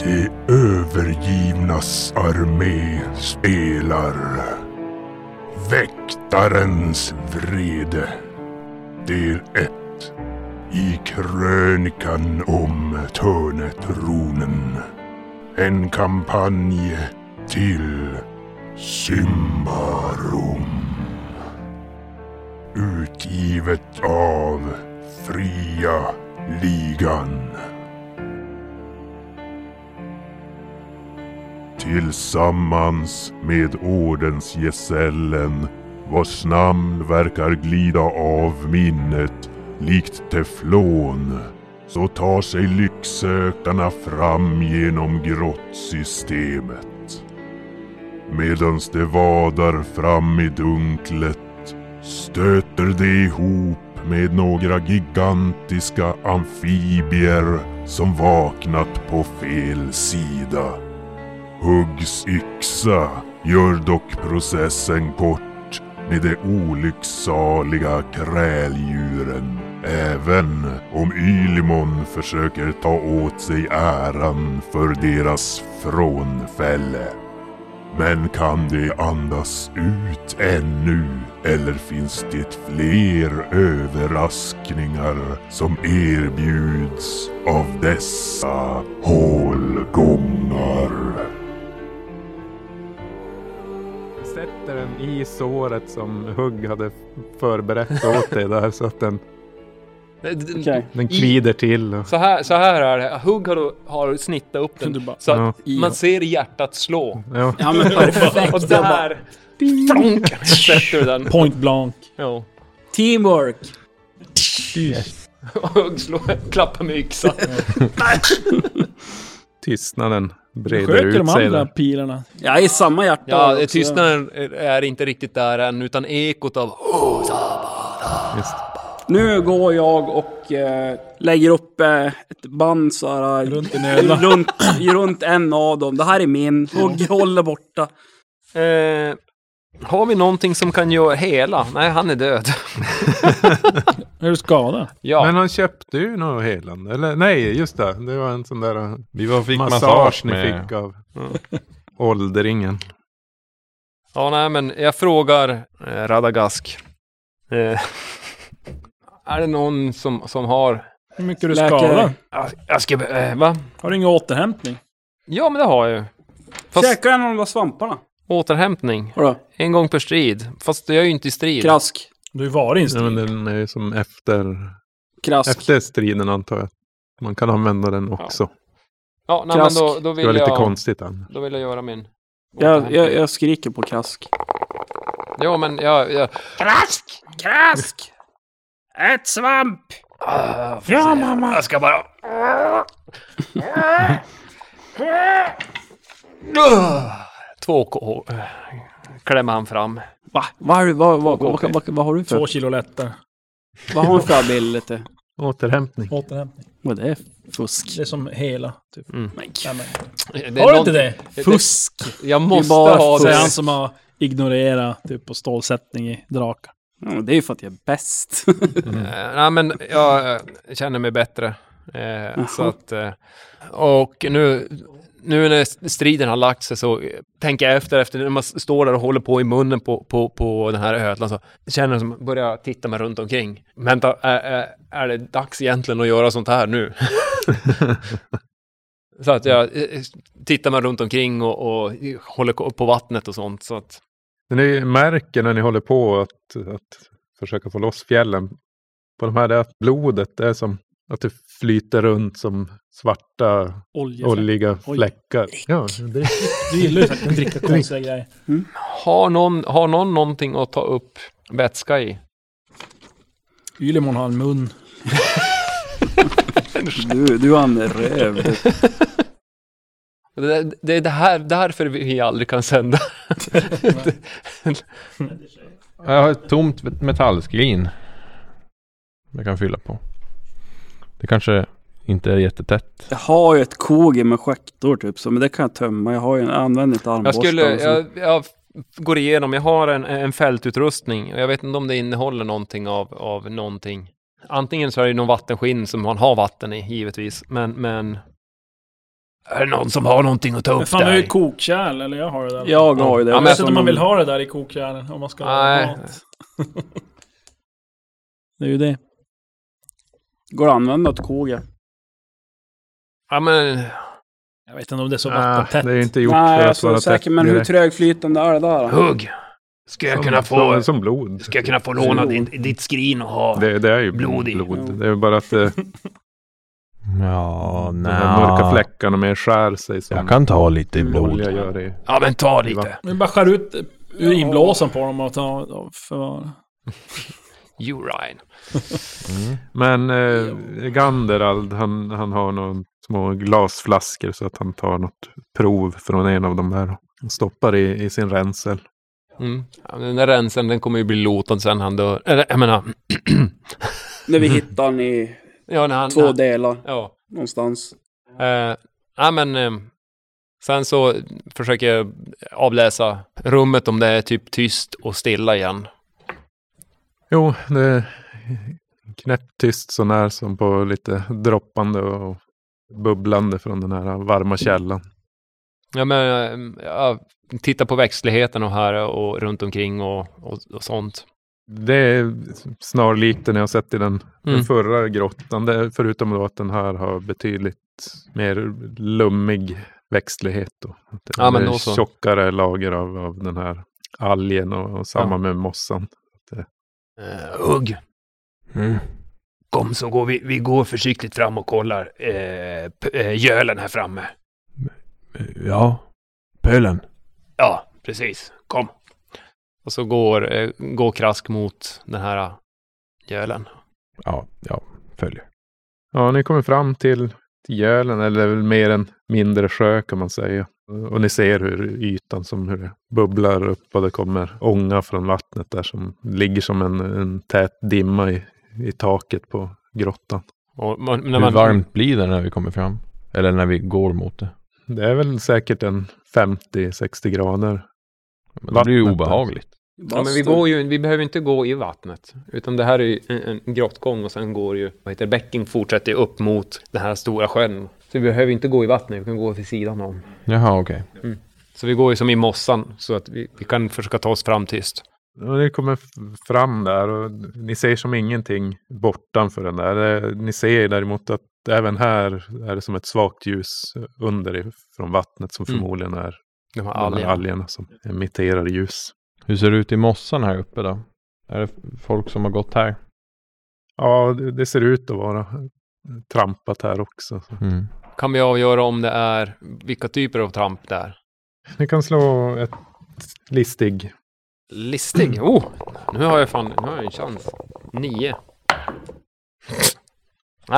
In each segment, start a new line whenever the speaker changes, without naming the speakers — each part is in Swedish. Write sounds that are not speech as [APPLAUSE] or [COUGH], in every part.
De övergivnas armé spelar Väktarens vrede Del 1 I krönikan om Törnetronen En kampanj till Symbarum Utgivet av Fria Ligan Tillsammans med ordensgesällen vars namn verkar glida av minnet likt teflon så tar sig lycksökarna fram genom grottsystemet. Medans de vadar fram i dunklet stöter de ihop med några gigantiska amfibier som vaknat på fel sida. Huggs yxa gör dock processen kort med de olycksaliga kräldjuren. Även om Ylimon försöker ta åt sig äran för deras frånfälle. Men kan de andas ut ännu? Eller finns det fler överraskningar som erbjuds av dessa hålgångar?
Sätter den i såret som Hugg hade förberett åt dig där så att den,
Det- det-
Okej.
den kvider till. och-
Så här, så här är det. Hugg har, då- har snittat upp
Du
den.
bara-
Så att
Ja.
man ser hjärtat slå.
Ja,
Ja
[LAUGHS]
men
Och
perfekt. Jag bara,
där... Flonk! Sätter du den.
Point blank.
Ja.
Teamwork.
[LAUGHS] Och Hugg slår, klappar med yxan.
tystnaden breder
Sköter
ut
de
sig
andra
där.
pilarna? Jag är i samma hjärta.
Ja,
också.
tystnaden är- är inte riktigt där än, utan ekot av...
Just.
Nu går jag och eh, lägger upp eh, ett band så här. Runt en öla. [LAUGHS] Runt, runt en av dem. Det här är min. Hugg håller borta.
Eh, har vi någonting som kan göra hela? Nej, han är död. [LAUGHS]
Är du skadad?
Ja.
Men han köpte ju något helande. Eller nej, just det. Det var en sån där eh,
Vi var, fick massage,
massage ni
med...
fick av åldringen.
Ja, nej, men jag frågar eh, Radagask. Eh, [LAUGHS] är det någon som, som har...
Hur mycket är du
Läkare.
skadad?
Ja, Jag ska... be- Eh, va?
Har du ingen återhämtning?
Ja, men det har jag ju. Fast
Fast... Käka en av de där svamparna.
återhämtning.
Vadå?
En gång per strid. Fast jag är ju inte i strid.
Krask.
Du var i en
Ja, men
strid.
den är ju som efter,
Krask.
efter striden antar jag. Man kan använda den också.
ja, nej, men
krask.
då, då,
Det var
vill
lite
jag,
konstigt. Den.
då vill jag göra min...
Jag, jag, jag skriker på krask.
Ja, men jag... jag
Krask! Krask! Ät svamp!
Ah,
Ja, mamma!
Jag ska bara... Två k klämmer han fram.
Va? Vad har du- vad- vad- vad- vad- vad har du
Två
för...
kilo lättare.
Vad har du för ability?
Återhämtning.
Återhämtning.
Vad är det för fusk?
Det är som hela. Typ.
Men
Ja, men.
Det är
Har du
någon-
inte det?
Fusk!
Jag
Det är
måste
bara
ha
Så är
det.
han som har ignorerat typ på stålsättning i drakar.
Ja, men det är ju för att jag är bäst. [LAUGHS]
Eh, nej, men jag eh, känner mig bättre. Eh, så att, eh, och nu, nu när striden har lagt sig så eh, tänker jag efter, efter när man s- står där och håller på i munnen på, på, på den här ödlan så känner jag som börjar jag titta mig runt omkring. Vänta, är, är, är det dags egentligen att göra sånt här nu? [LAUGHS] så att jag eh, tittar mig runt omkring och, och håller ko- på vattnet och sånt. Så att,
Ni märker när ni håller på att, att försöka få loss fjällen på de här det är att blodet är som att det flyter runt som svarta
Olja.
oljiga
Oj.
fläckar. Ja, det,
Du gillar ju faktiskt att dricka konstiga grejer.
har, någon, har någon någonting att ta upp vätska i?
Ylimon har en mun.
Du, du har en röv. du.
Det, det är det här, därför vi aldrig kan sända.
Jag har ett tomt metallskrin. Jag kan fylla på. Det kanske inte är jättetätt.
Jag har ju ett koge med schaktor typ så, men det kan jag tömma. Jag har ju, jag använder inte
Jag,
armborstar.
skulle,
och så.
jag, jag går igenom, jag har en, en fältutrustning och jag vet inte om det innehåller någonting av, av någonting. Antingen så är det någon vattenskinn som man har vatten i, givetvis, men, men Är det någon som har någonting att ta
Men
upp
fan, du har ju
där?
kokkärl, eller jag har det där.
Jag har ju det.
Ja,
jag
men
vet inte om man
som-
vill ha det där i kokkärlen, om man ska
Nej.
ha mat. [LAUGHS] det är ju det.
Går det att använda till koga?
Ja, men...
Jag vet inte om det är så
Ah, det
vattentätt.
är ju inte gjort
Nej,
för
jag
att
tror
vara
säkert,
tätt
men hur
direkt.
trögflytande är det där? då?
Hugg! Ska jag kunna
som,
få...
som blod.
Ska jag kunna få låna din, ditt skrin och ha?
Det, det är ju
Blod
blod.
i.
Jo.
blod. Det är bara att eh,
[LAUGHS] Ja,
de här mörka
nej.
fläckarna mer skär sig som
Jag kan ta lite blod.
olja gör i.
Ja, men ta lite.
Men bara skär ut urinblåsan på dem och ta och förvara.
Urine.
Men eh, Ganderald, han, han har några små glasflaskor så att han tar något prov från en av de där och stoppar i, i sin rensel.
Mm. Ja, men den där rensen, den kommer ju bli lotad sen han dör. Eller, jag menar...
När vi hittar den i
ja, när han...
två
när-
delar
Ja.
någonstans.
Eh, ja, men eh, sen så försöker jag avläsa rummet om det är typ tyst och stilla igen.
Jo, det är knäpptyst så när som på lite droppande och bubblande från den här varma källan.
Ja, men eh, jag tittar på växtligheten och här och runt omkring och, och, och sånt.
Det är snarlikt den jag sett i den,
Mm.
den förra grottan, det, är- förutom då att den här har betydligt mer lummig växtlighet. Då. Att Det
Ja, men
det
då
är
så.
tjockare lager av, av den här algen och, och samma med mossan.
Eh, hugg,
Mm.
kom så går vi, vi går försiktigt fram och kollar eh, p- eh, gölen här framme.
Eh, Ja. Pölen.
Ja, precis. Kom. Och så går, eh, går Krask mot den här eh, gölen.
Ja, ja. Följer.
Ja, ni kommer fram till till gölen, eller väl mer en mindre sjö kan man säga. Och ni ser hur ytan som hur det bubblar upp och det kommer ånga från vattnet där som ligger som en, en tät dimma i, i taket på grottan.
Och man, när
Hur
man,
varmt blir det när vi kommer fram? Eller när vi går mot det?
Det är väl säkert en 50-60 grader.
Men det blir ju
Vattnet,
alltså.
obehagligt.
Ja, men vi, går ju, vi behöver inte gå i vattnet, utan det här är ju en, en grottgång och sen går ju, vad heter det, bäcken fortsätter ju upp mot den här stora sjön. Så vi behöver inte gå i vattnet, vi kan gå vid sidan om.
Jaha, okej.
Så vi går ju som i mossan, så att vi, vi kan försöka ta oss fram tyst.
Och ni kommer f- fram där och ni ser som ingenting bortanför den där. Eh, Ni ser däremot att även här är det som ett svagt ljus under från vattnet som
Mm.
förmodligen är
De här
alla
algerna.
algerna som emitterar ljus.
Hur ser det ut i mossan här uppe då? Är det folk som har gått här?
Ja, det, det ser ut att vara trampat här också. Så.
Mm.
Kan vi avgöra om det är, vilka typer av tramp det är?
Ni kan slå ett listig.
Listig? Oh! Nu har jag fan, nu har jag en chans. Nio.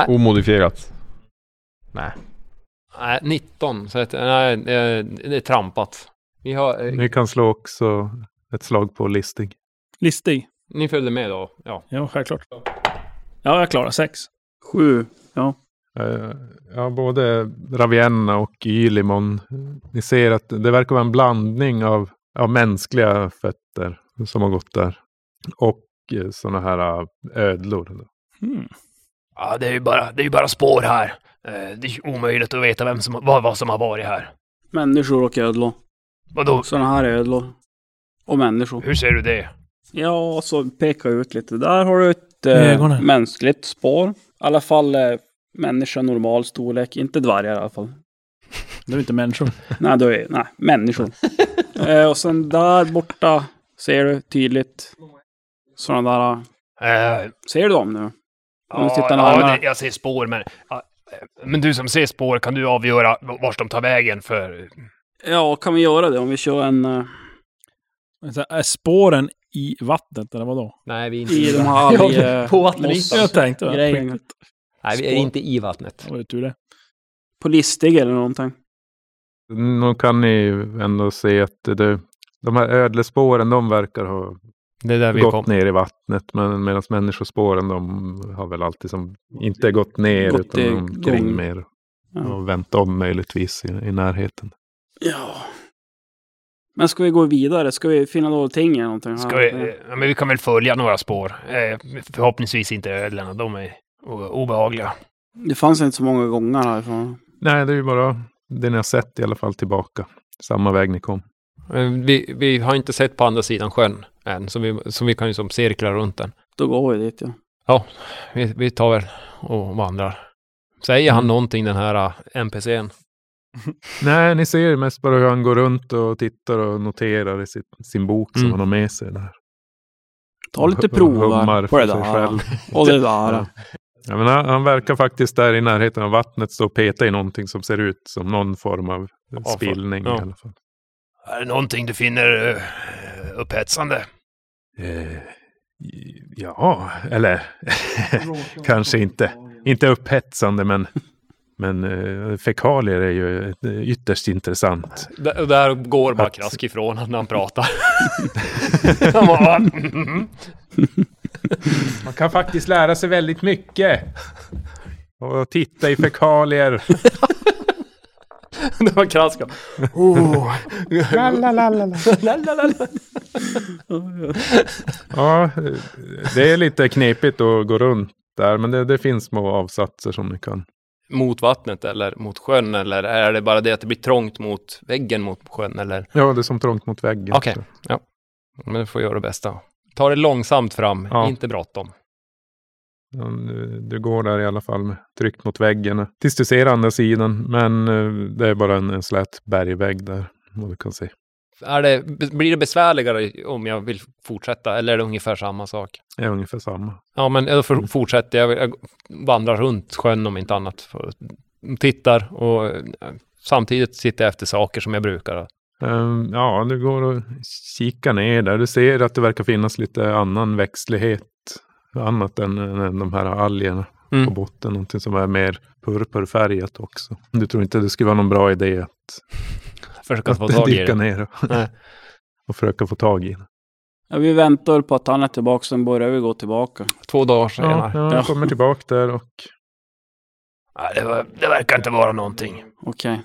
Omodifierat.
Nej, 19. Så att, nej, eh, det är trampat. Vi har, eh,
Ni kan slå också ett slag på listig.
Listig.
ni följde med då? Ja.
Ja, självklart. Ja, jag klarar sex.
Sju.
Eh, Ja, både Ravienna och Ylimon. Ni ser att det verkar vara en blandning av, av mänskliga fetter som har gått där. Och sådana här eh, ödlor.
Hmm.
Ja, det är ju bara, det är ju bara spår här. Eh, Det är omöjligt att veta vem som, vad, vad som har varit här.
Människor och ödlor.
Vadå?
Sådana här ödlor. Och människor.
Hur ser du det?
Ja, och så peka ut lite. Där har du ett
Med
eh,
ögonen.
mänskligt spår. I alla fall eh, människa normal storlek. Inte dvärgar i alla fall.
Det är inte människor.
Nej, då är, nej [LAUGHS] människor. eh, och sen där borta ser du tydligt sådana där. eh,
Eh,
Ser du dem nu? Om du
ja
tittar närmare.
det, jag ser spår, men... ja, eh, Men du som ser spår, kan du avgöra v- vart de tar vägen? För
Ja, kan vi göra det om vi kör en eh,
Men så här, Är spåren i vattnet eller vadå?
Nej, vi eh, är
i de [LAUGHS] här alge...
på vattnet.
mossa.
Jag tänkte det.
Grejen.
Riktigt.
Nej,
vi är inte
i vattnet.
Det var ju tur det.
På listig eller någonting.
Nu kan ni ändå se att det, de här ödlespåren, de verkar ha
Det är där vi
gått
kom.
ner i vattnet. Men medan människospåren de har väl alltid som inte gått ner
Gått
utan
igång.
de kring mer.
Ja.
Och vänt om möjligtvis i, i närheten.
Ja. Men ska vi gå vidare? Ska vi finna några ting eller någonting? här?
Ska vi, eh, ja, men vi kan väl följa några spår. Eh, Förhoppningsvis inte ödlorna, de är o- obehagliga.
Det fanns inte så många gångar härifrån.
Nej, det är ju bara Det ni har sett i alla fall tillbaka. Samma väg ni kom.
Eh, Vi, vi har inte sett på andra sidan sjön än, så vi, så vi kan ju som cirkla runt den.
Då går vi dit ja.
Vi, vi tar väl och vandrar. Säger han någonting den här eh, NPCn?
Nej, ni ser mest bara hur han går runt och tittar och noterar i sitt, sin bok som
Mm.
han har med sig där.
Ta
Och
lite
hum-
prover
hummar
på det
för sig
där.
själv. [LAUGHS]
Och det där.
Ja, men han, han verkar faktiskt där i närheten av vattnet stå och peta i någonting som ser ut som någon form av
Avfall.
spillning
Ja.
i alla fall.
Är det någonting du finner upphetsande?
Eh, ja, eller [LAUGHS] kanske inte. Inte upphetsande, men, men eh, fekalier är ju ett, eh, ytterst intressant.
Där, där går bara
Att-
Krask ifrån när han pratar. [LAUGHS] han bara, "Mm."
[LAUGHS] Man kan faktiskt lära sig väldigt mycket. Och titta i fekalier.
det var Krask. Oh. Lalalala.
Ja, det är lite knepigt att gå runt där, men det, det finns små avsatser som ni kan.
mot vattnet eller mot sjön eller är det bara det att det blir trångt mot väggen mot sjön eller?
Ja, det är som trångt mot väggen.
Okej. Men du får göra det bästa. Ta det långsamt fram,
Ja.
inte bråttom.
Ja, du- Du går där i alla fall med tryckt mot väggen tills du ser andra sidan. Men eh, det är bara en, en slät bergvägg där. Vad du kan se.
Är det, blir det besvärligare om jag vill fortsätta eller är det ungefär samma sak?
Det är ungefär samma.
Ja, men då
Mm.
för- fortsätter jag. Jag vandrar runt sjön om inte annat. För, tittar och eh, samtidigt sitter jag efter saker som jag brukar.
Ehm, Ja, du går och kikar ner där. Du ser att det verkar finnas lite annan växtlighet. Annat än, än de här algerna
Mm.
på botten. Någonting som är mer purpurfärgat också. Du tror inte det skulle vara någon bra idé att,
Försöka få
att
tag i
dyka
det.
ner och,
[LAUGHS] Nej.
[LAUGHS] och försöka få tag i den.
Ja, vi väntar på att han är tillbaka, sen börjar vi gå tillbaka.
Två dagar
Ja,
senare.
ja,
Ja.
jag kommer tillbaka där och
Nej, det, var, det verkar inte vara någonting.
Okej.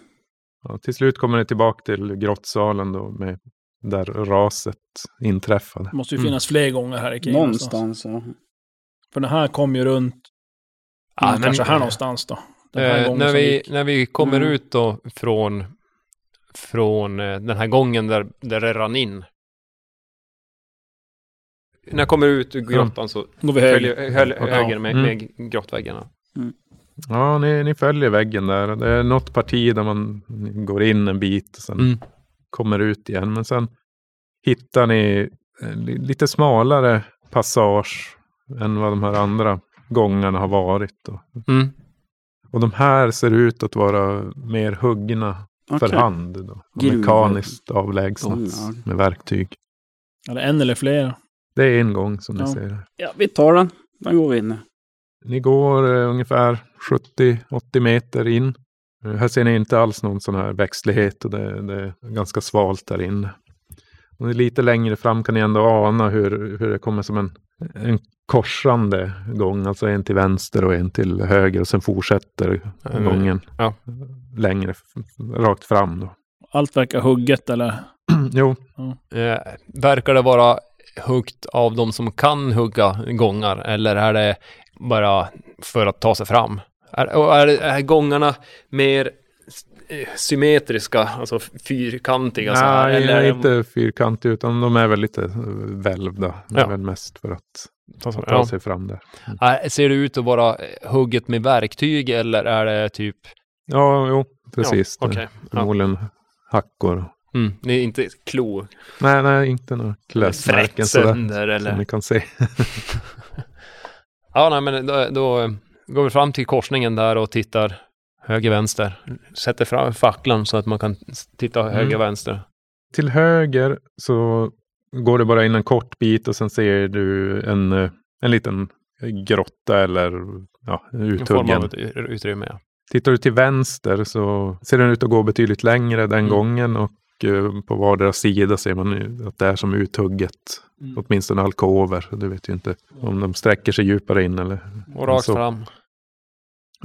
Ja, till slut kommer ni tillbaka till grottsalen då med där raset inträffade.
[LAUGHS] Det måste ju finnas fler gånger här i kring. någonstans.
Någonstans ja.
För den här kom ju runt, Mm,
Ja, men-
kanske här någonstans då. Den här
Eh,
gången
när,
som
vi,
gick.
när vi kommer
Mm.
ut då från, från eh, den här gången där, där det rann in. När jag kommer ut ur grottan så
Går vi höger.
följer höll,
Mm. Ja. Mm.
höger med, med grottväggarna.
Ja, ni, ni följer väggen där. och Det är något parti där man går in en bit och sen kommer ut igen. Men sen hittar ni en li- lite smalare passage än vad de här andra gångarna har varit. Då.
Mm.
Och de här ser ut att vara mer huggna för
Okej.
hand. Då. Och
Gud.
Mekaniskt avlägsnats
Gångar.
med verktyg.
Eller en eller flera.
Det är en gång som ni
Ja.
ser det.
Ja, vi tar den. Den går vi in i.
Ni går eh, ungefär 70-80 meter in. Eh, Här ser ni inte alls någon sån här växtlighet och det, det är ganska svalt där inne. Och det är lite längre fram kan ni ändå ana hur, hur det kommer som en, en korsande gång. Alltså en till vänster och en till höger och sen fortsätter
Mm.
gången
Ja.
längre f- rakt fram. Då. [CLEARS THROAT]
Allt verkar hugget eller?
jo,
Eh, verkar det vara huggt av de som kan hugga gångar eller är det bara för att ta sig fram? Är, och är, är gångarna mer eh, symmetriska, alltså fyrkantiga? så här,
nej,
eller är de-
inte fyrkantig utan de är väl lite eh, välvda. Det är
Ja.
väl mest för att
Ta sig-
ta
ja.
sig fram där.
Är- Ser det ut att vara eh, hugget med verktyg eller är det typ...
Ja, jo, precis.
Ja,
Det-
okej. ja.
Förmodligen hackor.
mm, det är inte klo,
Nej, nej, inte några klösmärken
frätt
sådär.
sönder
Som
eller...
ni kan se.
Ja, nej, men då, då eh, går vi fram till korsningen där och tittar höger, vänster. Sätter fram facklan så att man kan s- titta
Mm.
höger, vänster.
Till höger så går det bara in en kort bit och sen ser du en, eh, en liten grotta eller ja, en
En form av
uthuggen.
ut- utrymme, ja.
Tittar du till vänster så ser den ut att gå betydligt längre den
Mm.
gången och eh, på vardera sida ser man ju att det är som uthugget.
Mm.
Åtminstone alkover. Du vet ju inte om de sträcker sig djupare in eller
Och rakt
Så-
fram.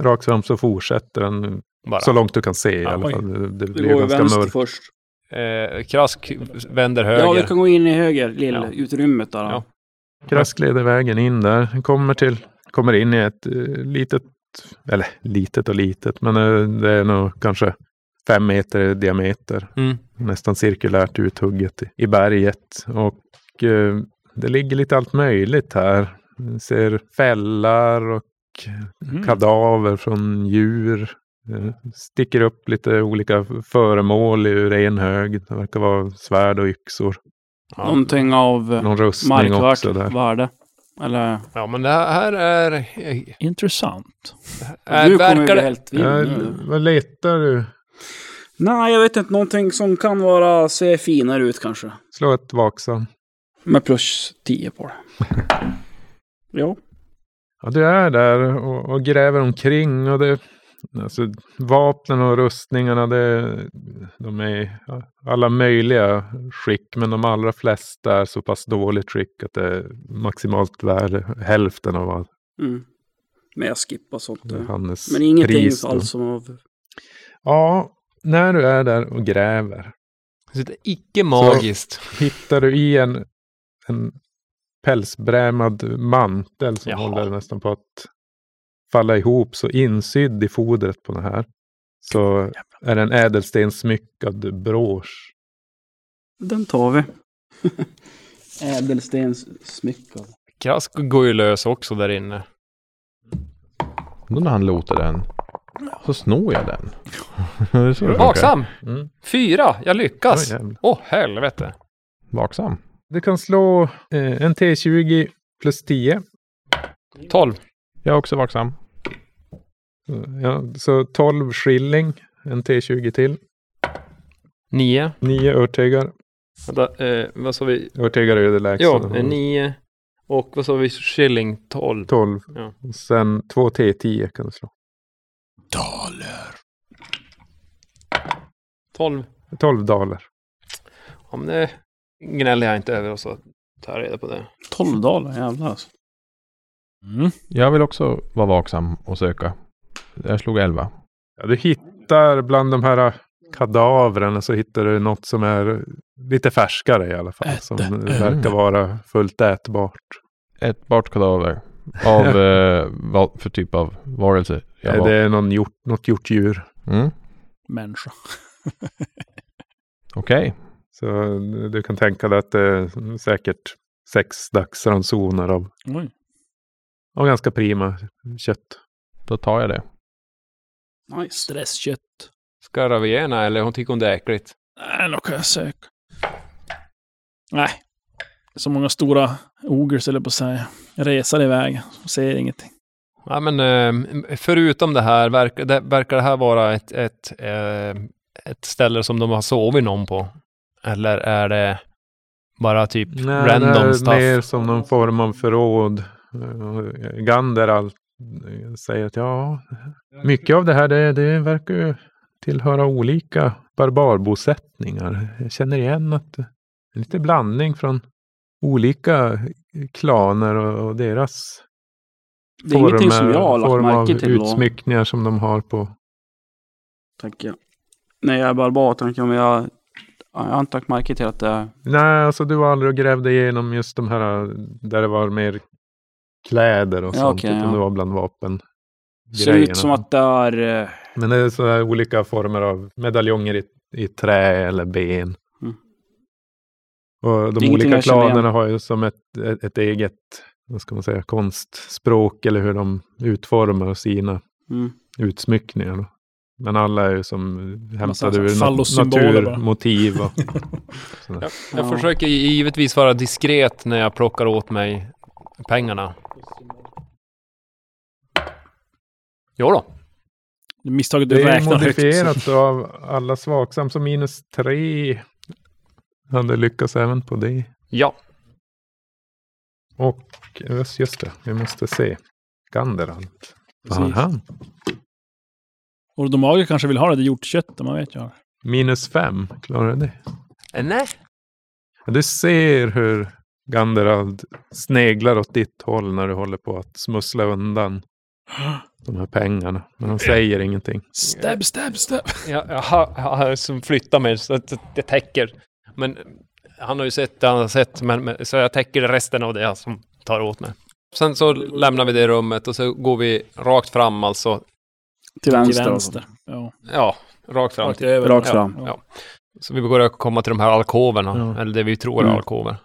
rakt fram så fortsätter den
Bara.
Så långt du kan se i
Ja,
alla
oj.
fall. Det, det
Vi
blir
går
ju
ju
ganska
vänster
mörkt.
först.
Eh, krask vänder höger.
Ja, vi kan gå in i höger, lilla
Ja.
utrymmet där.
Ja.
Ja.
Krask leder vägen in där. Kommer, till, kommer in i ett eh, litet, eller litet och litet, men eh, det är nog kanske fem meter i diameter.
Mm.
Nästan cirkulärt uthugget i- i berget. Och eh, det ligger lite allt möjligt här. Vi ser fällar och Mm. kadaver från djur. Eh, Sticker upp lite olika föremål ur en hög. Det verkar vara svärd och yxor.
Någonting av eh,
Någon rustning också där.
markvärt värde. Eller?
Ja, men det här är... är,
Intressant.
nu kommer vi
verkar
bli
det...
helt
Jag,
vild.
vad letar du?
Nej, jag vet inte. Någonting som kan vara, se finare ut kanske.
Slå ett vaksam.
Med plus 10 på det. Jo.
Ja, du är där och, och gräver omkring. Och det, alltså, vapnen och rustningarna, det, de är i alla möjliga skick. Men de allra flesta är så pass dåligt skick att det är maximalt värde hälften av vad
Mm. Men jag skippar sånt. eh.
Hannes
Men ingenting
pris. då.
alls som av...
Ja, när du är där och gräver
Så det är icke magiskt.
hittar du i en, en pälsbrämad mantel som
Jaha.
håller nästan på att falla ihop. Så insydd i fodret på den här så är det en ädelstensmyckad brosch.
Den tar vi. [LAUGHS] Ädelstenssmyckad.
Krask går ju lös också där inne.
Då när han låter den. Så snor jag den. [LAUGHS] det är så det funkar.
Vaksam!
Mm.
Fyra! Jag lyckas!
Oj, jävlar.
Åh, helvete!
Vaksam.
du kan slå eh, en T20 plus 10.
12.
Jag är också vaksam.
Så, Ja, så 12 skilling, en T20 till.
9.
9 örtegar.
Vänta, eh, vad sa vi?
Örtegar är ju det lägsta.
Ja, 9. Och vad sa vi? Shilling 12.
12.
Ja.
Och sen 2 T10 kan du slå.
12.
12 daler.
Ja, men det gnäller jag inte över och så tar jag reda på det.
12 daler, jävlar alltså. Mm.
Jag vill också vara vaksam och söka. Jag slog 11.
Ja, du hittar bland de här kadavren så hittar du något som är lite färskare i alla fall.
Äte.
Som
Mm.
verkar vara fullt ätbart.
Ett bartkadaver.
[LAUGHS]
Av eh, vad för typ av varelse? Jag
Eh,
var.
Det är någon hjort, något hjortdjur.
Mm.
Människa.
Okej.
Så eh, du kan tänka dig att det är säkert sex dagsransoner av,
Oj.
av ganska prima kött.
Då tar jag det.
Nice.
Stresskött.
Ska Ravena eller hon tycker hon det är äckligt?
Nej, nog kan jag söka. Nej. Så många stora ogers, eller på att säga. Resar iväg. Ser ingenting.
Ja, men eh, förutom det här, verkar det, verkar det här vara ett, ett, eh, ett ställe som de har sovit någon på? Eller är det bara typ
det
random
är
stuff?
mer som någon form av förråd. Eh, Gander all, eh, säger att ja, mycket av det här det, det verkar ju tillhöra olika barbarbosättningar. Jag känner igen att det är lite blandning från olika klaner och, och deras
Det är ingenting som jag har lagt
form eh, av
märke till då,
utsmyckningar som de har på.
tänker jag. När jag är barbar tänker jag, men jag, jag har inte lagt märke till att det är...
Nej, alltså du var aldrig och grävde igenom just de här där det var mer kläder och
Ja,
sånt,
okej,
utan
ja.
det var bland vapen.
Ser ut som att det är... eh,
Men det är så här olika former av medaljonger i, i trä eller ben.
Mm.
Och
Det är
de
ingenting
olika
jag känner igen.
klanerna har ju som ett, ett, ett eget vad ska man säga, konstspråk eller hur de utformar sina
Mm.
utsmyckningar. då. Men alla är ju som
Massa
hämtade ur nat-
fallosymboler bara.
naturmotiv.
[LAUGHS]
Och, sådär.
Jag
Ja.
försöker gi- givetvis vara diskret när jag plockar åt mig pengarna. Jo då.
Det misstaget
Det
du
är
räknar högt.
modifierat av alla svaksam, så minus tre hade lyckats även på det.
Ja.
Och just just det, vi måste se. Ganderant. Vad har
Precis.
han?
Och de mager kanske vill ha det, det hjortköttet, man vet ju.
Minus fem, klarar du det?
Eh, Nej.
Du ser hur Ganderald sneglar åt ditt håll när du håller på att smussla undan de här pengarna. Men han säger ingenting.
Stab, stab, stab.
Jag, jag, har- jag, har som flyttar mig så att det täcker. Men han har ju sett det han har sett, men, men, så jag täcker resten av det som tar åt mig. Sen så lämnar vi det rummet och så går vi rakt fram alltså
Till vänster.
Till
alltså.
vänster. Ja.
Ja, rakt fram.
Rakt
Till.
över.
Rakt
Ja.
fram.
Så vi börjar komma till de här alkoverna,
Ja.
eller det vi tror är
Mm.
alkover.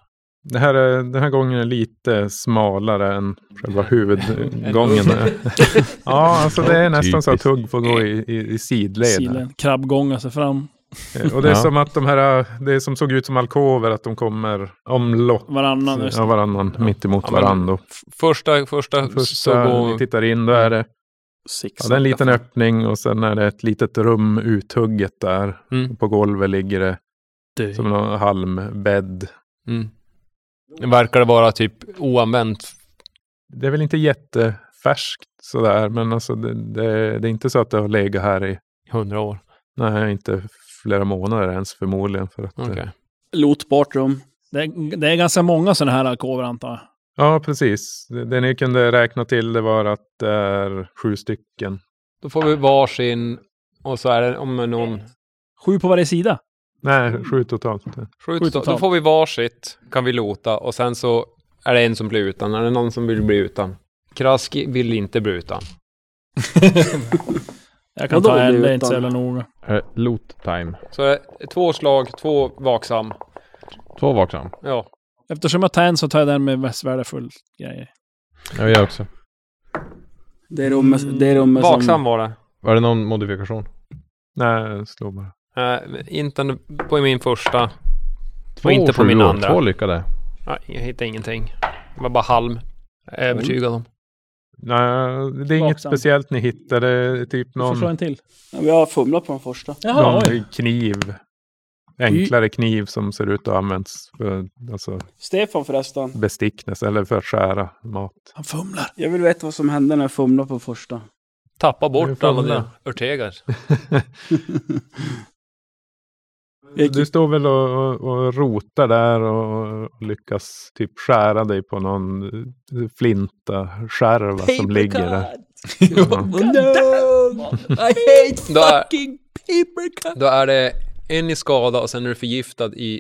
Det här är, den här gången är lite smalare än själva huvudgången. [LAUGHS] ja, alltså det är nästan så att hugg får gå i, i, i sidled. här.
Silen. Krabbgångar sig fram.
Eh, Och det är
Ja.
som att de här, det som såg ut som alkover, att de kommer omlott.
Varannan. just det.
Ja, varannan, mitt emot
Ja, men-
varandra.
F- Första, första, så
Första vi
går...
tittar in, då är det,
Six.
ja, det är en liten öppning och sen är det ett litet rum uthugget där.
Mm.
Och på golvet ligger det som någon halmbädd.
Mm. Det verkar det vara typ oanvänt.
Det är väl inte jättefärskt sådär, men alltså det, det, det är inte så att det har legat här i,
Hundra år.
nej, inte flera månader ens förmodligen. För att, eh,
Okej.
Lotbart rum.
Det, är, det är ganska många sådana här alkover antar jag.
Ja, precis. Det, det ni kunde räkna till det var att det är sju stycken.
Då får vi varsin och så är det om någon...
Sju på varje sida.
Nej, sju totalt.
Skjut,
Skjut
då.
och
då
ta.
får vi varsitt, kan vi lota och sen så är det en som blir utan. Är det någon som vill bli utan? Krask vill inte bli utan.
Jag kan
Vadå,
ta en,
blir
det är inte så
utan?
jävla noga.
Eh, Loot time.
Så det är två slag, två vaksam.
Två vaksam.
Ja.
Eftersom jag tar en så tar jag den med mest värdefull grejer.
Ja, jag också.
Det är rummet, det är rummet
Vaksam
som...
var det.
Var det någon modifikation?
Nej, slå bara.
Nej, Eh, inte på min första.
Två
inte på min
sjuor,
andra.
Två lyckade.
Nej, jag hittade ingenting. Det var bara halm. Jag är övertygad om.
Nej, det är inget
Vaksam.
speciellt ni hittar. Det är typ
Du får
någon,
slå en till.
Ja, vi har fumlat på den första.
Jaha, oj.
någon kniv. Enklare kniv som ser ut att ha använts för alltså,
Stefan förresten.
besticknelse eller för att skära mat.
Han fumlar.
Jag vill veta vad som hände när jag fumlade på första.
Tappa
Nu
bort
får
alla
man
dina örtegar.
Jag gick-
Du står väl och, och, och rotar där och, och lyckas typ skära dig på någon eh, flinta skärva som ligger där. Ja.
Då är, då är det en i skada och sen är du förgiftad i...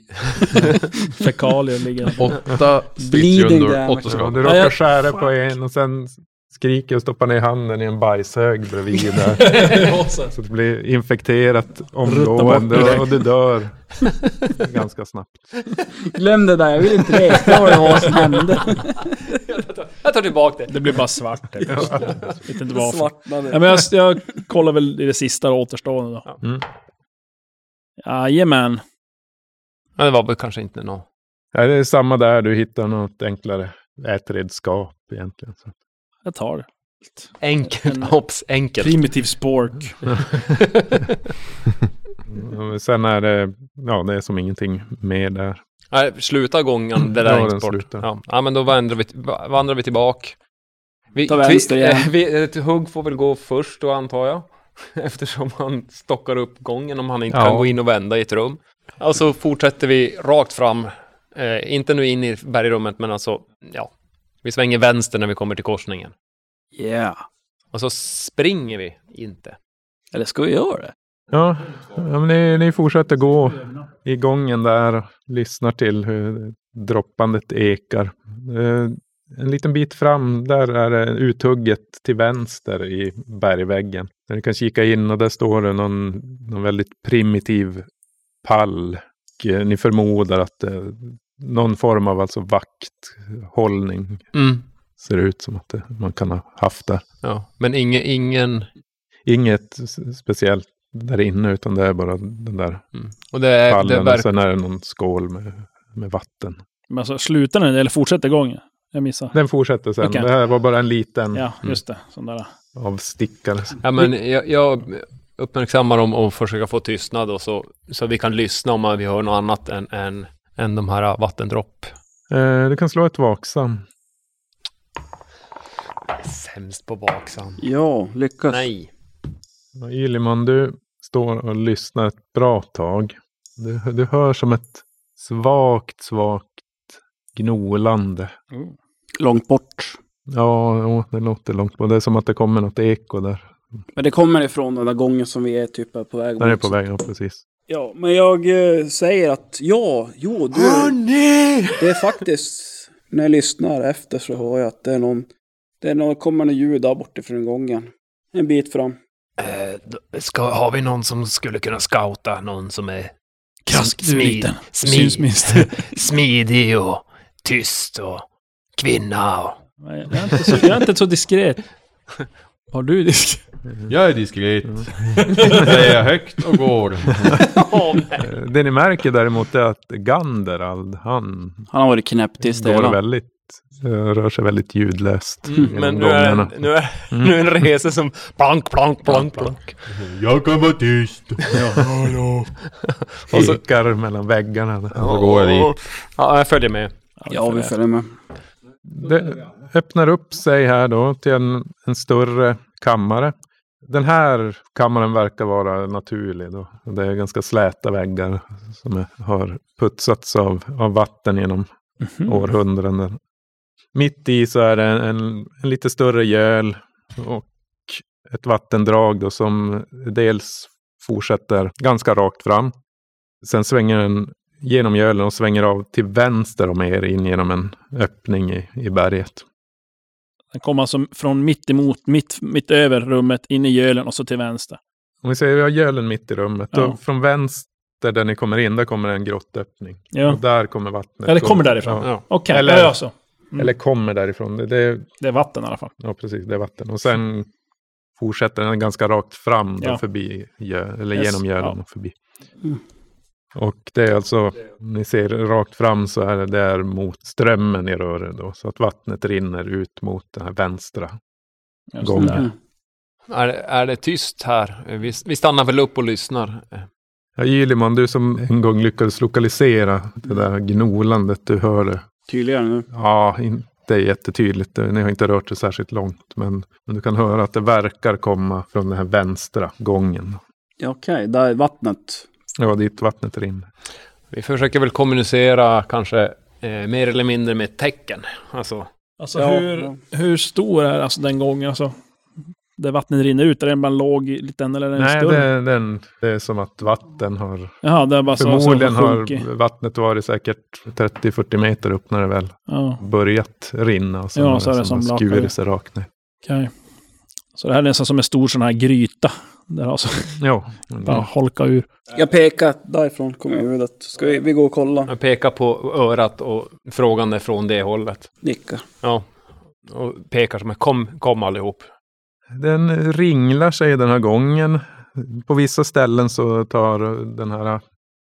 Fekalier ligger
[LAUGHS]
där.
Åtta
Bleeding
stridsrundor,
damage.
åtta
Ja,
skador.
du råkar
jag-
skära på en och sen skriker och stoppar ner handen i en bajshög [LAUGHS] bredvid där. Så det blir infekterat omgående och du [LAUGHS] dör ganska snabbt.
Glöm det där, jag vill inte veta vad det var som hände.
Jag tar tillbaka det.
Det blir bara svart. helt plötsligt. Jag vet inte
Det
varför. Ja,
svartnade.
men jag, jag kollar väl i det sista återstående då.
Mm.
Jajamän.
Men det var väl kanske inte något.
Ja, det är samma där, du hittar något enklare ätredskap egentligen. Så.
Jag tar det. En-
Enkelt. Hopps, enkelt.
Primitiv spork.
Mm, Sen är det, ja det är som ingenting mer där.
[LAUGHS] Nej, sluta gången det
Ja,
där
den
längst bort.
slutar.
Ja. ja, men då vandrar vi, vandrar vi tillbaka. Vi,
Ta vänster
vi-
igen.
eh, [LAUGHS] Vi, ett hugg får väl gå först då antar jag. [LAUGHS] Eftersom han stockar upp gången om han inte
Ja.
kan gå in och vända i ett rum. Och så fortsätter vi rakt fram. Eh, inte nu in i bergrummet, men alltså, ja. Vi svänger vänster när vi kommer till korsningen.
Yeah.
Och så springer vi inte.
Eller ska vi göra det?
Ja, ja men ni, ni fortsätter gå i gången där och lyssnar till hur droppandet ekar. Eh, En liten bit fram, där är det uthugget till vänster i bergväggen. Där ni kan kika in och där står det någon, någon väldigt primitiv pall. Och, eh, Ni förmodar att eh, någon form av alltså vakthållning ser ut som att det, man kan ha haft där.
Ja, men ingen, ingen,
Inget s- speciellt där inne utan det är bara den där
mm. och det är, det
pallen och
verkar
sen är det någon skål med, med vatten.
Men alltså, slutar den eller fortsätter gången? Jag missar.
Den fortsätter sen.
Okej.
Det här var bara en liten
Ja, just det. Sån där.
avstickare.
Ja, men jag, jag uppmärksammar dem och försöker få tystnad och så, så vi kan lyssna om vi hör något annat än, än, än de här vattendropp.
Eh, du kan slå ett vaksam.
Sämst på baksam.
Ja, lyckas.
Nej.
Yliman, du står och lyssnar ett bra tag. Du, du hör som ett svagt, svagt gnolande.
Långt bort.
Ja, åh, det låter långt på. Det är som att det kommer något eko där.
Men det kommer ifrån den där gången som vi är typ är på väg
Där är
mot.
på väg, ja precis.
Ja, men jag eh, säger att ja, jo, du... Det är faktiskt... När jag lyssnar efter så hör jag att det är någon... Det är någon, kommer något ljud där bortifrån gången. En bit fram.
Eh, då- ska, har vi någon som skulle kunna scouta någon som är
Krask, du är
smid,
liten.
smid,
Syns minst. [LAUGHS] Nej,
smidig och tyst och kvinna och...
Jag är, inte så, jag är inte så diskret. Har du diskret?
Jag är diskret. [LAUGHS] Säger jag högt och går.
Eh, Det ni märker däremot är att Ganderald, han
Han har varit knäpptyst
Mm,
går
hela.
väldigt, eh, rör sig väldigt ljudlöst. genom
Mm, men nu är,
Mm, gångarna.
nu, är, nu är en resa som plank, plank, plank, plank.
Jag kan vara tyst.
Och så ekar mellan väggarna.
Så går jag dit.
Ja, jag följer med.
Ja, vi följer med.
Det öppnar upp sig här då till en, en större kammare. Den här kammaren verkar vara naturlig. Då. Det är ganska släta väggar som är, har putsats av, av vatten genom århundraden. Mitt i så är det en, en, en lite större göl och ett vattendrag då som dels fortsätter ganska rakt fram. Sen svänger den genom gölen och svänger av till vänster om er in genom en öppning i, i berget.
Den kom alltså från mitt emot, mitt, mitt över rummet, in i gölen och så till vänster.
Om vi säger vi har gölen mitt i rummet.
Ja.
Då från vänster där ni kommer in, där kommer en grottöppning.
Ja.
Och där kommer vattnet.
Ja, det
gå.
kommer därifrån. Mm.
Ja.
Ja.
Okej,
Eller-
ja, alltså. Mm.
Eller kommer därifrån. Det, det är
Det är vatten i alla fall.
Ja, precis. Det är vatten. Och sen fortsätter den ganska rakt fram då,
Ja.
förbi, gö- eller
Yes.
genom gölen
Ja.
och förbi.
Mm.
Och det är alltså, om ni ser rakt fram så är det där mot strömmen i röret då. Så att vattnet rinner ut mot den här vänstra.
Just
Gång.
det.
Mm.
Är, är det tyst här? Vi, vi stannar väl upp och lyssnar.
Ja, Yliman, du som en gång lyckades lokalisera det där gnolandet, du hör det.
Tydligare nu.
Ja, inte jättetydligt. eh, Ni har inte rört det särskilt långt. Men, men du kan höra att det verkar komma från den här vänstra gången.
Ja, Okej, där är vattnet.
Ja, dit vattnet rinner.
Vi försöker väl kommunicera kanske eh, mer eller mindre med tecken. Alltså,
Alltså
Ja,
hur,
ja.
hur stor är alltså den gången? Alltså, där vattnet rinner ut? Är den bara en låg liten eller är den
Nej,
större?
det, den, det är som att vatten har...
Jaha, det är bara så
förmodligen
så den sjunkit.
har vattnet varit säkert 30-40 meter upp när det väl
Ja,
börjat rinna. Och sen
Ja,
har
så
det
är det
som,
som
har
lakar
skurit
ut.
sig rakt ner.
okej. Så det här är nästan som en stor sån här gryta. Där alltså
Jo.
bara holka ur.
Jag pekar därifrån, kommer jag ihåg. att- Ska vi, vi gå och kolla?
jag pekar på örat och frågan är från det hållet.
Nickar.
Ja. Och pekar som kom, kom allihop.
Den ringlar sig den här gången. På vissa ställen så tar den här,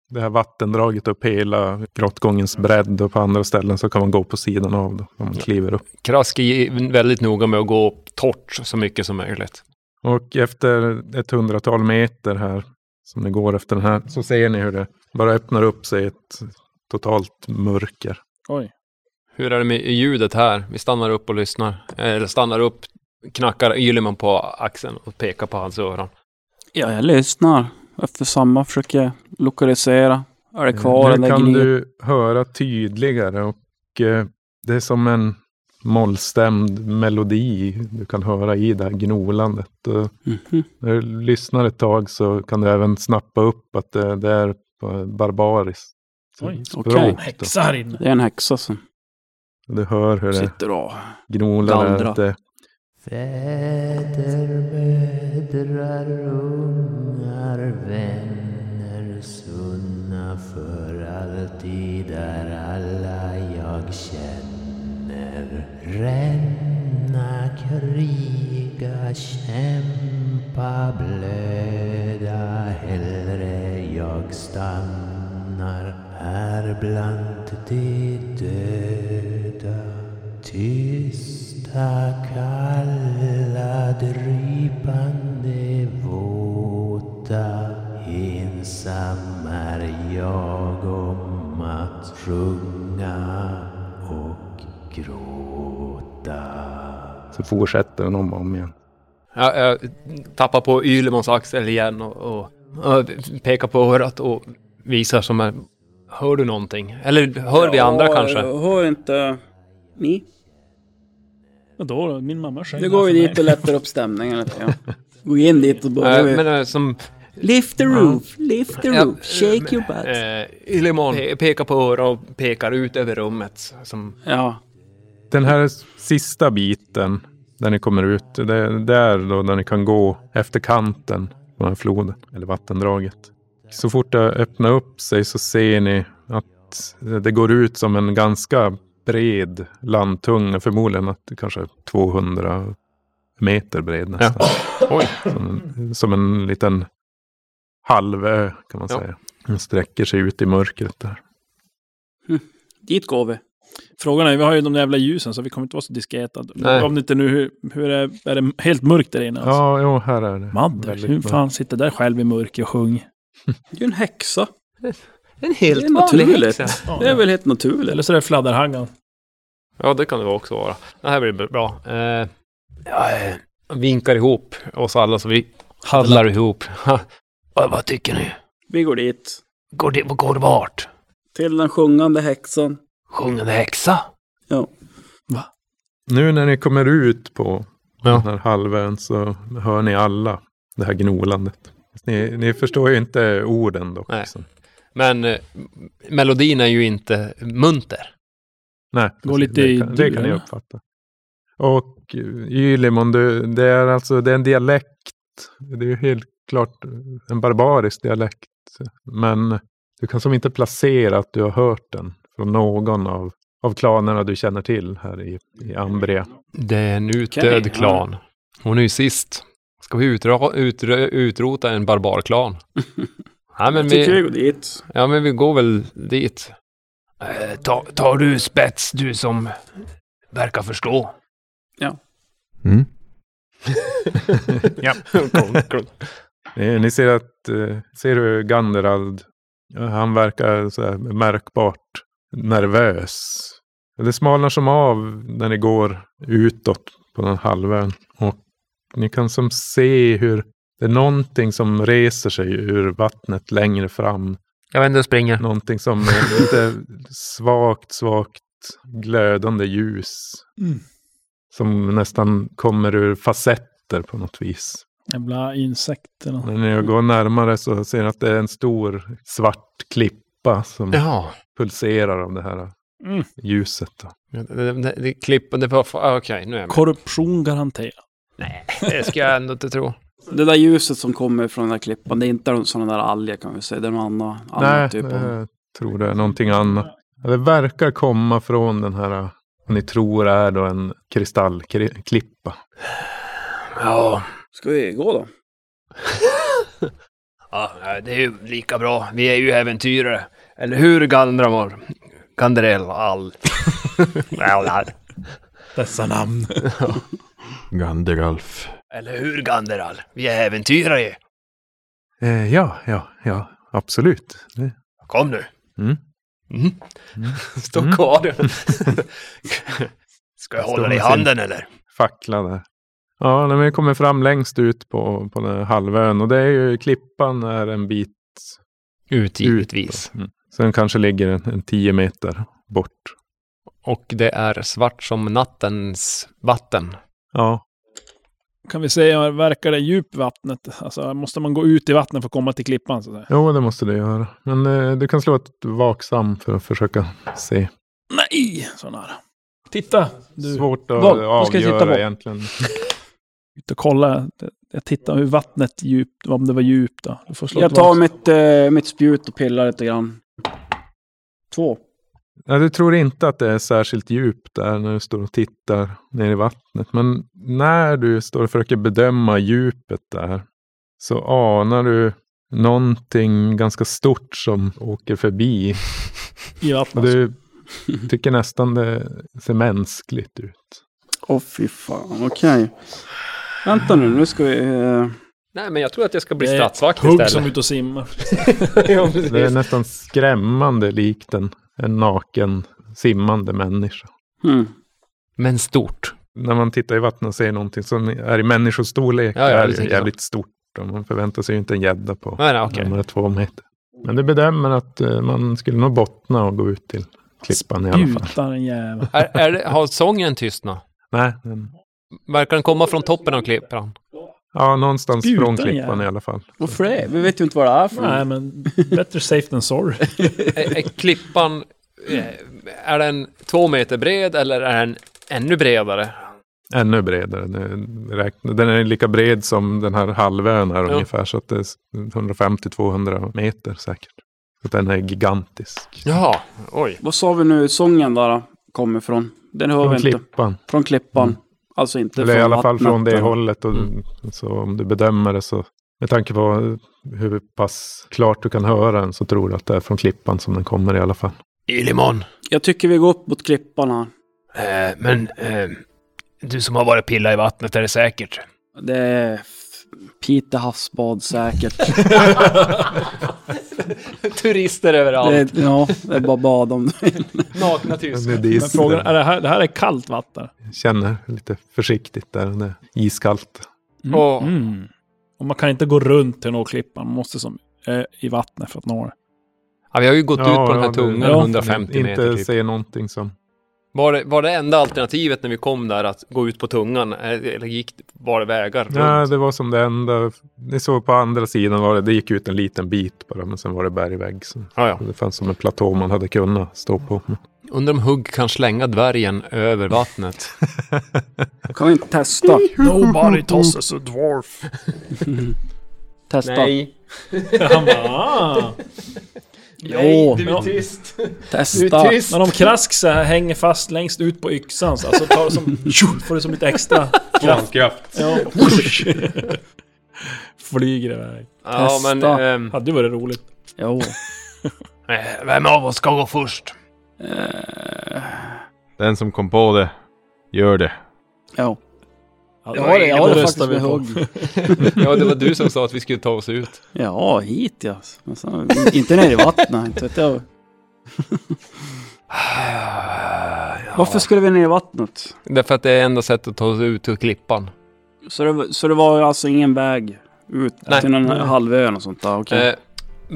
det här vattendraget upp hela grottgångens bredd och på andra ställen så kan man gå på sidan av då, om man kliver upp.
Krask är väldigt noga med att gå torrt så mycket som möjligt.
Och efter ett hundratal meter här, som ni går efter den här, så ser ni hur det bara öppnar upp sig ett totalt mörker.
Oj.
Hur är det med ljudet här? Vi stannar upp och lyssnar. Eh, Eller stannar upp, knackar Yliman på axeln och pekar på hans öron.
Ja, jag lyssnar. Efter samma försöker jag lokalisera. Är det kvar
nu
den där
kan
gnidan?
du höra tydligare och eh, det är som en mollstämd melodi du kan höra i det här gnolandet. Eh, Och
Mhm.
när du lyssnar ett tag så kan du även snappa upp att det, det är på barbariskt
Oj,
språk.
okej.
då.
Häxa här inne.
Det är en häxa som
Du hör hur det
sitter och...
gnolar.
Dallra.
är att det-
Fäder, mödrar, ungar, vänner, sunna för alltid är alla jag känner. Ränna, kriga, kämpa, blöda, hellre jag stannar här bland de döda. Tysta, kalla, drypande, våta Ensam är jag om att sjunga och gråta
så fortsätter den om och om igen.
Jag, jag tappar på Ylemans axel igen och, och, och pekar på örat och visar som en... Hör du någonting? Eller hör vi andra
Ja,
kanske?
Jag hör inte... Ni?
Vadå då? Min mamma sjöng
Nu går vi
här för
dit och
mig.
lättar upp stämningen lite grann.
[LAUGHS]
Gå in dit och börjar
Äh,
vi.
men äh, som...
Lift the roof, lift the
Ja,
roof, shake your butt.
Äh, Ylemon pe- pekar på örat och pekar ut över rummet. Som,
Ja,
Den här sista biten Där ni kommer ut. Det är där då där ni kan gå efter kanten på den här floden. Eller vattendraget. Så fort det öppnar upp sig så ser ni att det går ut som en ganska bred landtunga. Förmodligen att det kanske är 200 meter bred nästan.
[LAUGHS] Oj.
Som, en, som en liten halvö kan man
Ja.
säga. Den sträcker sig ut i mörkret där.
Dit går vi.
Frågan är, vi har ju de där jävla ljusen så vi kommer inte vara så diskreta.
Nej.
Om det inte nu, hur, hur är, är det helt mörkt där inne? Alltså?
Ja, jo, här är det.
Madder,
Väldigt
hur
bra.
fan sitter där själv i mörker och
[LAUGHS]
sjung?
Det är ju en häxa.
En
Det
helt
är naturligt.
häxa.
Det är väl helt naturligt.
Eller så är det fladderhaggan.
Ja, det kan det också vara. Det här blir bra. Eh, ja, eh, vinkar ihop oss alla så vi handlar ihop. [LAUGHS] Ha. Vad, vad tycker ni?
Vi går dit.
Går det, går det vart?
Till den sjungande häxan.
Sjungande häxa?
Nu när ni kommer ut på
Ja.
den här halvön så hör ni alla det här gnolandet. Ni, ni förstår ju inte orden dock.
Nej.
så.
Men eh, m- melodin är ju inte munter.
Nej
Går
precis.
lite
det
i
kan, det
dur,
kan ni
eller?
uppfatta. Och eh, Ylimon, du, det är alltså det är en dialekt. Det är ju helt klart en barbarisk dialekt. Men du kan som inte placera att du har hört den från någon av, av klanerna du känner till här i, i
[LAUGHS]
Ambria.
Det är en utdöd
Okej, ja.
klan. Hon är ju sist. Ska vi utra- utrö- utrota en [LAUGHS] barbarklan? Nej, men
Jag tycker vi
vi,
går dit.
ja, men vi går väl dit. Eh, ta, tar du spets, du som verkar förstå?
Mm.
[LAUGHS]
[LAUGHS]
ja. Eh, Ni ser att, eh, ser du Ganderald? Ja, Han verkar så här märkbart nervös. Det smalnar som av när ni går utåt på den halvön. Och ni kan som se hur det är någonting som reser sig ur vattnet längre fram.
Jag vänder och springer.
Någonting som är lite svagt, svagt glödande ljus.
Mm.
Som nästan kommer ur facetter på något vis.
Jävla insekterna.
Men när jag går närmare så ser jag att det är en stor svart klippa som
Ja.
pulserar av det här
Mm.
ljuset. Då.
Det, det, det, det klippen, det var... ah, Okej, nu är jag med.
Korruption garanterat.
Det ska jag ändå inte tro.
Det där ljuset som kommer från den där klippan, det är inte en sån där alger kan vi säga. Det är någon annan,
Nej,
annan typ av...
jag tror det är någonting annat. Ja, Det verkar komma från den här, vad ni tror är då en kristallklippa.
Ja.
Ska vi gå då?
ja, eh, det är ju lika bra. Vi är ju äventyrare. Eller hur, Gandramor? Gandrel,
[LAUGHS]
all.
Dessa namn.
Ganderalf.
Eller hur, Ganderal? Vi är äventyrare.
Eh, ja, ja, ja, absolut. Det,
Kom nu.
Mm.
Mm.
Mm.
Stå
Mm.
kvar. [LAUGHS] Ska jag
Stå
hålla dig i
med sin-
handen, eller?
fackla där. Ja, när vi kommer fram längst ut på, på den här halvön och det är ju klippan är en bit
Ut,
givetvis. Mm. Sen kanske ligger en, en tio meter bort.
Och det är svart som nattens vatten.
Ja,
Kan vi säga, verkar det djup vattnet? Alltså, måste man gå ut i vattnet för att komma till klippan? Så där?
Jo, det måste du göra. Men eh, du kan slå ett vaksam för att försöka se.
Nej! Så nära. Titta! Du,
Svårt att
Vad? Vad ska jag titta
avgöra
på?
egentligen.
ut och kolla. Jag tittar hur vattnet djupt, om det var djupt då. Du får slå
Jag tar
tillbaks.
mitt, eh, mitt spjut och pillar lite grann. Två.
Nej, du tror inte att det är särskilt djupt där när du står och tittar ner i vattnet. Men när du står och försöker bedöma djupet där så anar du någonting ganska stort som åker förbi.
i vattnet.
Och
[LAUGHS]
du tycker nästan det ser mänskligt ut.
Åh fy fan, okej. Vänta nu, nu ska vi... Eh,
Nej, men jag tror att jag ska bli
Det är
statsvakt
Hugg
istället.
som ut och simmar.
[LAUGHS] ja,
Det
[LAUGHS]
är nästan skrämmande likt en, en naken simmande människa.
hmm.
Men stort.
när man tittar i vattnet och ser någonting som är i människostorlek,
Ja, ja,
det
det
är det ju
tänker jag.
jävligt stort. Och man förväntar sig ju inte en gädda på
Nej, nej, okej.
närmare två meter. Men det bedömer att eh, man skulle nog bottna och gå ut till klippan i alla fall.
Spjutar en jävel.
Är, är det, har sången tystnat?
Nej, men,
Verkar den komma från toppen av klippan?
ja, någonstans
Spjuta
från
den
klippan
jäveln.
i alla fall.
Varför det? Vi vet ju inte vad det är för
Nej,
något.
men better safe than sorry.
Är, är klippan... eh, Är den två meter bred eller är den ännu bredare?
Ännu bredare. Den är- Den är lika bred som den här halvön här
Ja.
ungefär. Så att det är 150-200 meter säkert. Så att den är gigantisk.
Jaha, oj.
Vad sa vi nu sången där kommer ifrån? Den hör
Från
vi inte.
klippan.
Från klippan. Alltså inte
Mm. Eller
från
i alla fall
vattnet,
från det
eller-
hållet. Och,
Mm.
Så om du bedömer det så. Med tanke på hur pass klart du kan höra den så tror du att det är från klippan som den kommer i alla fall.
Ilimon.
Jag tycker vi går upp mot klippan här.
Eh, men eh, du som har varit pilla i vattnet, är det säkert?
Det är f- Pite havsbad säkert.
[LAUGHS] Turister
det,
överallt.
är- ja, det är bara bad om du vill.
Nakna
Men
tyskar.
det är
Men frågan är, det här, det här är kallt vatten?
känner lite försiktigt där. Det är iskallt.
Mm.
Åh.
Mm. Och man kan inte gå runt till nå klippan, man måste som eh, i vattnet för att nå det.
Ja, vi har ju gått ut på den här
det-
tungan
ja.
150 meter
Inte
typ.
se någonting som...
Var det, var det enda alternativet när vi kom där att gå ut på tungan? Eh, Eller gick, var det vägar
Nej,
runt?
det var som det enda. Ni såg på andra sidan var det, det gick ut en liten bit bara, men sen var det bergvägg. Så
Ja, ja.
det fanns som en platå man hade kunnat stå på.
Undrar om Hugg kan slänga dvärgen över vattnet.
Kan vi inte testa?
Nobody tosses a dwarf.
Testa.
[LAUGHS] Han bara, ah.
Jo,
du är
tyst.
testa.
Men om Krask så här hänger fast längst ut på yxan så alltså, tar det som, får det som lite extra
Kraft.
Ja. [LAUGHS] Flyger iväg.
Ja, men...
Testa.
ehm,
Hade ju varit roligt.
Jo.
eh, vem av oss ska gå först?
Eh,
Den som kom på det, gör det.
jo.
Ja,
Jag har det, jag har
då
det
röstar
faktiskt
vi
med
på.
hugg.
Ja, det var du som sa att vi skulle ta oss ut.
Ja, hit ja. Men så- Inte ner i vattnet, inte vet jag. Varför skulle vi ner i vattnet?
Därför att det är enda sättet att ta oss ut ur klippan.
Så det, så det var alltså ingen väg ut
Nej.
till någon
Nej.
halvö eller sånt där? Okej.
Eh,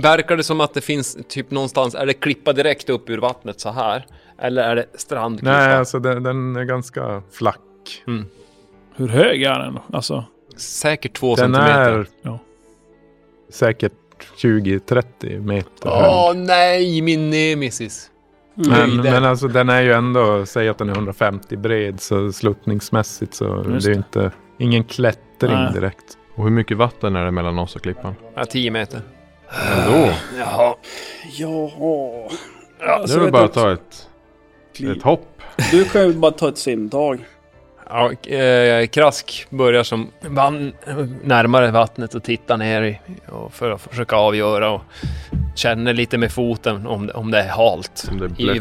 verkar det som att det finns typ någonstans, är det klippa direkt upp ur vattnet så här? Eller är det strandklippa?
Nej, alltså den, den är ganska flack.
Hur hög är den? Alltså,
Säkert två
Den
centimeter.
är
Ja.
säkert 20-30 meter hög.
Åh nej, min nemesis.
Men,
höjden.
men alltså den är ju ändå, säg att den är 150 bred, så sluttningsmässigt så
Just
det är
det.
ju inte, ingen klättring
Nej.
direkt.
Och hur mycket vatten är det mellan oss och klippan?
Ja, tio meter.
Ändå.
Jaha.
Jaha. Alltså,
Nu är det bara att ta ett, ett hopp.
Du kan ju bara ta ett simtag.
Ja, eh, Krask börjar som vann närmare vattnet och tittar ner i, och för att försöka avgöra och känner lite med foten om, det- om det är halt
Om det är
i
blött.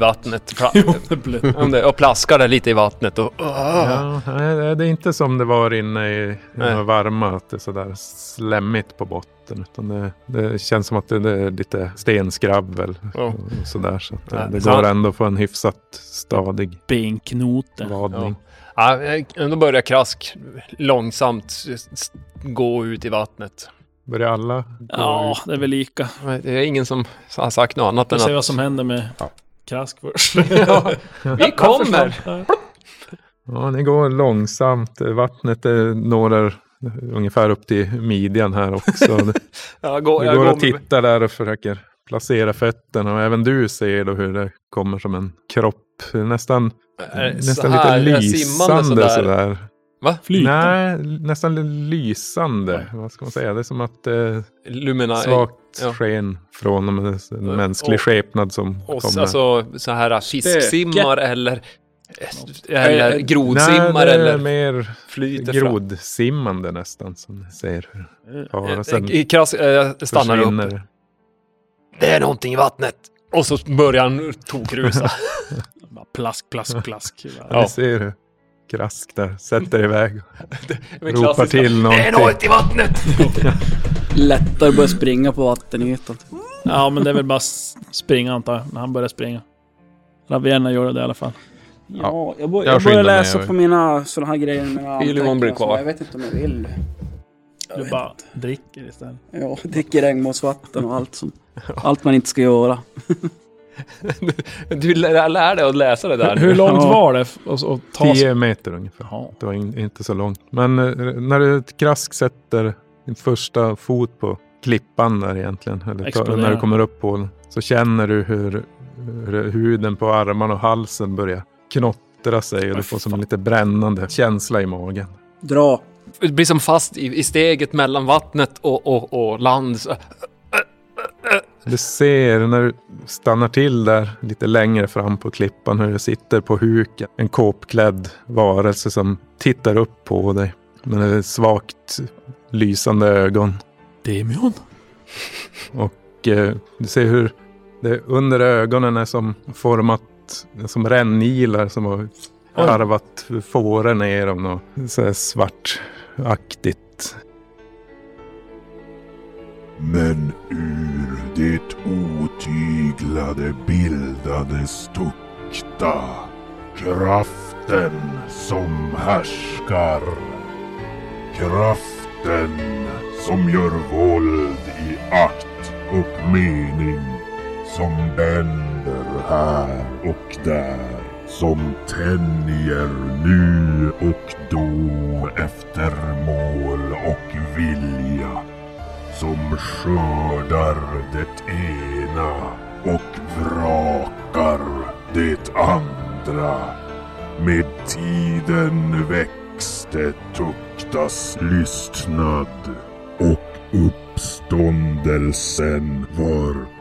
[LAUGHS]
vattnet. Pla- om det, och plaskar det lite i vattnet och...
Ja, nej, det är inte som det var inne i i
Nej.
de varma, att det är sådär slemmigt på botten. Utan det, det känns som att det, det är lite stenskrabbel
Ja.
och sådär. Så att eh,
Nej,
det, det
så-
går ändå att få en hyfsat stadig
benknoten.
vadning.
Ja, eh, då börjar Krask långsamt s- s- gå ut i vattnet.
Börjar alla gå
Ja,
ut?
det är väl lika.
Det är ingen som har sagt något annat
Vi
än
ser
att
vad som händer med Krask först.
vi kommer!
Ja, det går långsamt. Vattnet eh, når er ungefär upp till midjan här
[LAUGHS]
också. Det-
Jag går,
Du
jag
går
går
och
med,
tittar där och försöker placera fötterna och även du ser då hur det kommer som en kropp. Nästan,
eh, så
nästan
här,
lite
eh, simmande
lysande sådär.
Va?
Nej, nästan lite lysande. Vad ska man säga? Det är som att eh,
Lumina...
svagt
ja.
sken från en, en
Och-
mänsklig skepnad som
Oss,
kommer.
alltså så här fisksimmar eller, eller
Eh,
grodsimmar
Nej, det är
eller
mer
flyter fram.
grodsimmande nästan som ni ser. hur Varelsen
Eh, eh, Krass, eh, jag stannar upp.
försvinner.
Det är någonting i vattnet. Och så börjar han tokrusa.
Bara Plask, plask, plask.
Ja. Ni ser hur Krask där sätter iväg
[LAUGHS] Med
och ropar
klassiska,
till
Det
någonting.
är något i vattnet!
[LAUGHS] Lättare att börja springa på vattenytan.
Ja, men det är väl bara s- springa antar jag, när han börjar springa. Ravienna gör det i alla fall.
Ja, jag, bör,
Jag
jag,
skyndar
börjar
mig,
läsa
jag-
på mina sådana här grejer. Mina anteckningar
blir
som
kvar.
Jag vet inte om jag vill. Jag
Du
vet
bara
inte.
dricker istället.
Ja, dricker regnbågsvatten och allt
[LAUGHS]
som... Allt man inte ska göra.
Du lär, lär dig att läsa
[LAUGHS]
det där.
Hur
nu.
långt
Ja.
var det f- att att ta sig?
Tio meter ungefär.
Jaha.
Det var in, inte så långt. Men eh, när du Krask sätter din första fot på klippan där egentligen, eller ta,
Exploderar.
när du kommer upp på den, så känner du hur, hur huden på armarna och halsen börjar knottra yttra sig och du får som en lite brännande känsla i magen.
Dra.
Det blir som fast i, i steget mellan vattnet och, och, och land. Så,
Du ser när du stannar till där lite längre fram på klippan hur det sitter på huken en kåpklädd varelse som tittar upp på dig med svagt lysande ögon.
Demion?
Och eh, du ser hur det under ögonen är som format som rännilar som har karvat fåren ner dem och så här svartaktigt.
Men ur det otyglade bildades tukta kraften som härskar. Kraften som gör våld i akt och mening. Som bänder här och där. Som tänjer nu och då efter mål och vilja som skördar det ena och vrakar det andra. Med tiden växte tuktas lystnad och uppståndelsen var